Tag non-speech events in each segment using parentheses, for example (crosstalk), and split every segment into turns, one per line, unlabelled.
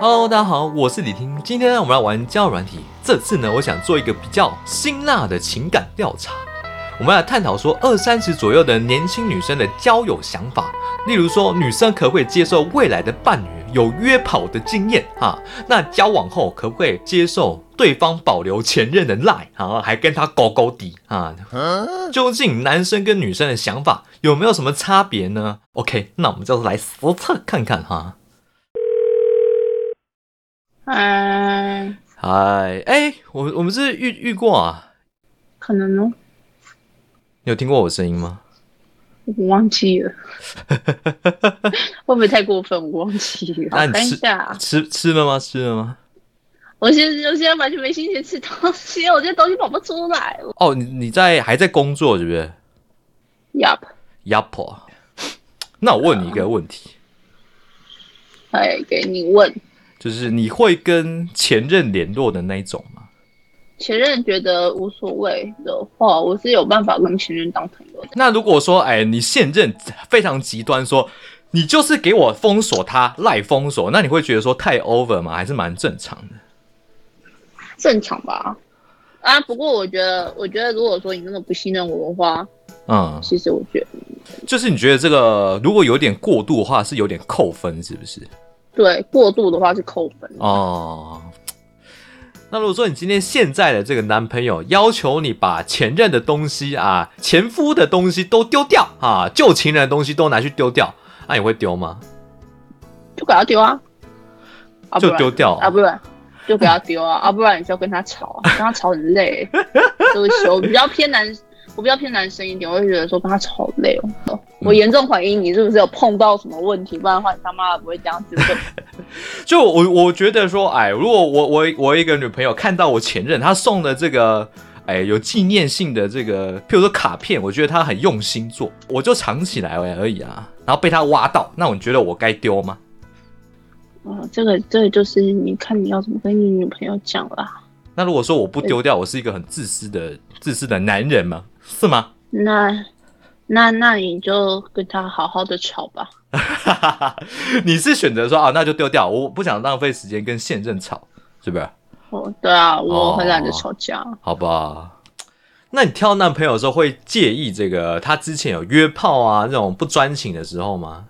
Hello，大家好，我是李听。今天呢，我们来玩交友软体。这次呢，我想做一个比较辛辣的情感调查。我们来探讨说二三十左右的年轻女生的交友想法，例如说女生可不可以接受未来的伴侣有约跑的经验啊？那交往后可不可以接受对方保留前任的赖啊，还跟他勾勾底啊？究竟男生跟女生的想法有没有什么差别呢？OK，那我们就来实测看看哈、
哎，
嗨，哎，我我们是遇遇过啊，
可能哦，
你有听过我声音吗？
我忘
(laughs)
记了，会不会太过分？我忘记了，
那
我
你
哦看一
吃
下。
吃吃了吗？吃了吗？
我现在我现在完全没心情吃东西，我这东西跑不出来。
哦，你你在还在工作是不是
Yup，
？Yup。那我问你一个问题，
哎，给你问
就是你会跟前任联络的那一种吗？
前任觉得无所谓的话，我是有办法跟前任当朋友的。
那如果说，哎，你现任非常极端说，你就是给我封锁他，赖封锁，那你会觉得说太 over 吗？还是蛮正常的？
正常吧？啊，不过我觉得，我觉得如果说你那么不信任我的话，
嗯，
其实我觉得
就是你觉得这个如果有点过度的话，是有点扣分，是不是？
对过度的话是扣分的。
哦，那如果说你今天现在的这个男朋友要求你把前任的东西啊、前夫的东西都丢掉啊、旧情人的东西都拿去丢掉，那、你会丢吗？
就给他丢啊，啊
就丢掉
不然啊，不然就给他丢啊，啊，不然你就跟他吵啊，跟他吵很累，对不起，我比较偏男，我比较偏男生一点，我会觉得说跟他吵好累哦。我严重怀疑你是不是有碰到什么问题，不然的话你他妈的不会这样子问。
就我我觉得说，哎，如果我我我一个女朋友看到我前任他送的这个。哎，有纪念性的这个，譬如说卡片，我觉得他很用心做，我就藏起来而已啊，然后被他挖到，那你觉得我该丢吗？
嗯，这个这个就是你看你要怎么跟你女朋友讲啦。
那如果说我不丢掉，我是一个很自私的自私的男人吗？是吗？ (laughs)
那那那你就跟他好好的吵吧。
哈哈哈，你是选择说啊，那就丢掉，我不想浪费时间跟现任吵，是不是？
哦，对啊，我很懒得
哦
吵架。啊
好吧，那你挑男朋友的时候会介意这个他之前有约炮啊这种不专情的时候吗？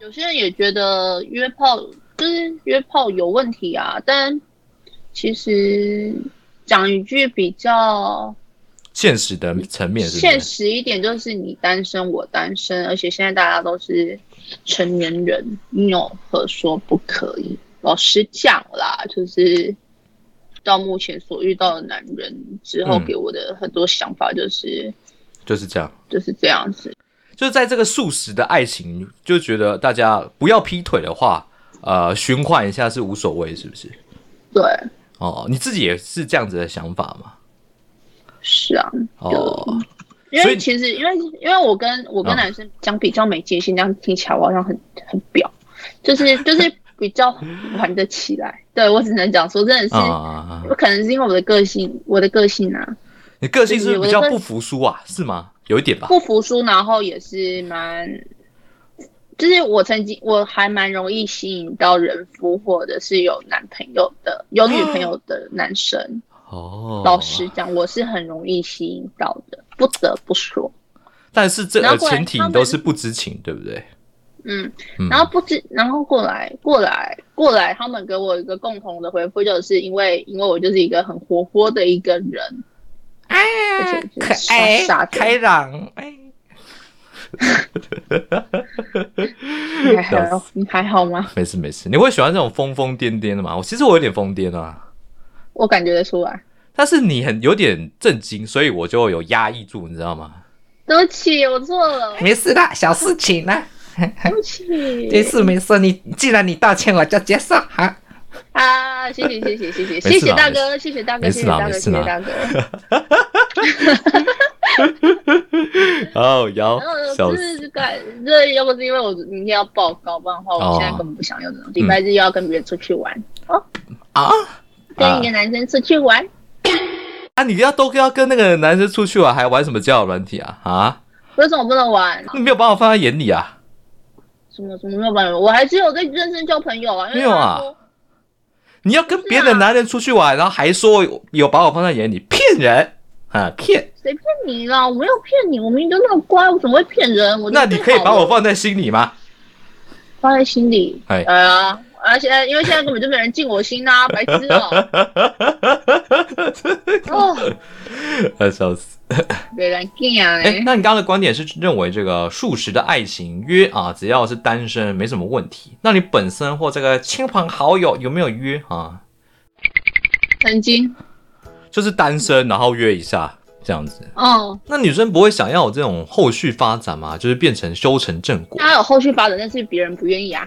有些人也觉得约炮就是约炮有问题啊，但其实讲一句比较
现实的层面是不
现
是？
实一点，就是你单身我单身，而且现在大家都是成年人，你有何说不可以？老实讲啦，就是到目前所遇到的男人之后，
嗯
给我的很多想法就是、
就是这样，
就是这样子。
就是在这个素食的爱情，就觉得大家不要劈腿的话，呃，循环一下是无所谓，是不是？
对，
哦，你自己也是这样子的想法吗？
是啊，
哦，
因
所以
为其实因为因为我跟我跟
啊
男生讲比较没界限，这样听起来我好像很很婊，就是就是比较玩得起来。对我只能讲说，真 (laughs) 的是，
啊、
可能是因为我的个性，我的个性啊
你个性是不是比较
我的
不服输啊？是吗？有一点吧。
不服输，然后也是蛮，就是我曾经我还蛮容易吸引到人夫或者是有男朋友的有女朋友的男生。
哦，
老实讲，我是很容易吸引到的，不得不说。
但是这
然
个
后过来
前提
他
你
们
都是不知情，对不对？
嗯，
嗯
然后不知，然后过来过来过来，他们给我一个共同的回复，就是因为因为我就是一个很活泼的一个人，
哎
嗯
而且就是傻
哎
傻的
朗，哎，嗯
你还好，你还好吗？
没事没事。你会喜欢这种疯疯癫癫的吗？我其实我有点疯癫啊，
我感觉得出来。
但是你很有点震惊，所以我就有压抑住，你知道吗？
对不
(laughs)
起，我错了，
没事的，小事情呢、
对不起。
没事没事，你既然你道歉，我就接受哈。
啊，谢谢谢谢谢谢
没事啦
谢谢大
没
哥，谢谢大哥，
没
谢
事
谢
啦
大哥，谢谢
没事
大哥。
哦，有
然后
小
就，是感，这要不是因为我明天要报告，不然的话，我现在
哦嗯
根本不想要这种。礼拜日要跟别人出去玩，
啊，
跟一个男生出去玩。
啊，你要都要跟那个男生出去玩，还玩什么交友软体啊？啊，
为什么不能玩？
你没有把我放在眼里啊？
什么什么没有办法，我还是有在认真交朋友啊。因为
没有啊
他说，
你要跟别的男人出去玩，然后还说有把我放在眼里，骗人啊，骗！
谁骗你啦？我没有骗你，我明明就那么乖，我怎么会骗人？我
那你可以把我
放
放在心里吗？
放在心里。
哎
哎呀，而且因为现在根本就没人进我心啦、白痴
(laughs)
哦、哦，
呃，笑死！
别人进啊、
哎，那你刚刚的观点是认为这个素食的爱情约啊，只要是单身没什么问题。那你本身或这个亲朋好友有没有约啊？
曾经，
就是单身然后约一下这样子。
嗯，
那女生不会想要有这种后续发展吗？就是变成修成正果
他有后续发展，但是别人不愿意啊。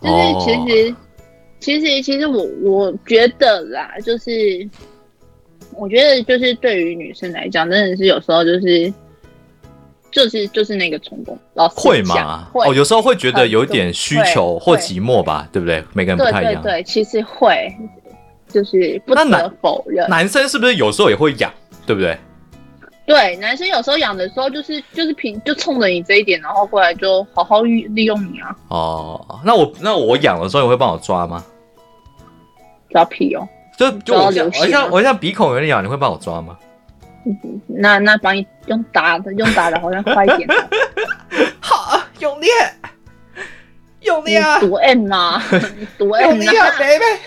就是
哦
其实，其实，其实我我觉得啦，就是我觉得就是对于女生来讲，真的是有时候就是就是就是那个冲动，老实
会
讲
吗？
会
哦，有时候会觉得有一点
很
需求
会
或
会
寂寞吧，对不对？每个人不
对
太一
对
样。
对，其实会，就是不
那男
可否认。
男生是不是有时候也会痒，对不对？
对，男生有时候养的时候，就是就是凭就冲着你这一点，然后过来就好好利利用你啊，
哦，那我那我痒的时候，你会帮我抓吗？
抓屁哦。
就就我像
抓流
我
血吗
像我像鼻孔有点痒，你会帮我抓吗？
那那把你用打的，用打的好像快一点哦，
好，用力，用
你
力啊，
毒 M 呐、你毒
用
M
力
呐、
啊，baby！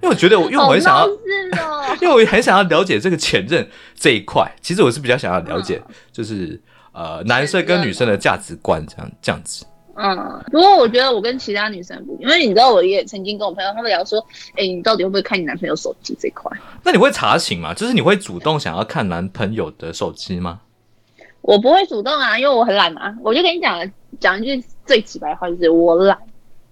因为我觉得我，因为我很想要
好，闹事哦。
因为我很想要了解这个前任这一块。其实我是比较想要了解，
嗯
就是呃，男生跟女生的价值观这样这样子。
嗯，不过我觉得我跟其他女生不一样，因为你知道，我也曾经跟我朋友他们聊说，哎、你到底会不会看你男朋友手机这一块？
那你会查寝吗？就是你会主动想要看男朋友的手机吗？
我不会主动啊，因为我很懒啊。我就跟你讲讲一句最直白的话，就是我懒，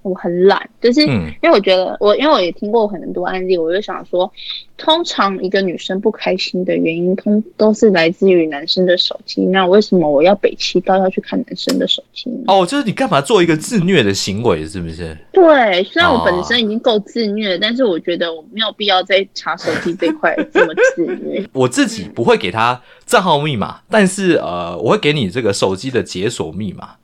我很懒，就是。
嗯，
因为我觉得我，因为我也听过很多案例，我就想说，通常一个女生不开心的原因，通都是来自于男生的手机。那为什么我要北七到要去看男生的手机呢？
哦，就是你干嘛做一个自虐的行为，是不是？
对，虽然我
哦
本身已经够自虐，但是我觉得我没有必要再查手机这块这么自
(laughs)
虐。
我自己不会给他账号密码，但是呃，我会给你这个手机的解锁密码，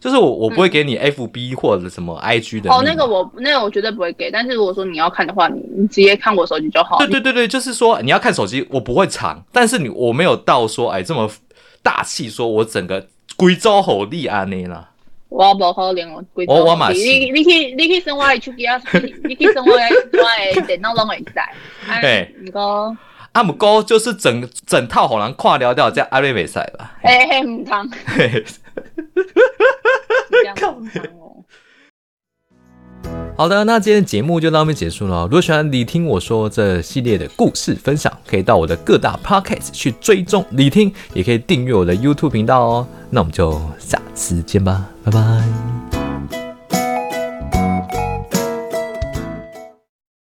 就是我我不会给你 FB 或者什么 IG 的密码。
嗯哦，那个我那个我绝对不会给，但是如果说你要看的话，你你直接看我手机就好。
对对对对，就是说你要看手机，我不会藏，但是你我没有到说哎这么大气，说我整个贵州吼力安内啦。
我要无可能，我规
我我嘛是
你你去你去生我的手机啊，你你去生我的我的电脑拢会使。
(laughs) 嘿
哎，毋过
啊，姆哥就是整整套好难跨聊掉，这样阿瑞美赛吧。
哎嘿毋通，
嘿嘿 (laughs)
这样毋通哦。
好的，那今天的节目就到这边结束了哦。如果喜欢你听我说这系列的故事分享，可以到我的各大 podcast 去追踪你听，也可以订阅我的 YouTube 频道哦。那我们就下次见吧，拜拜。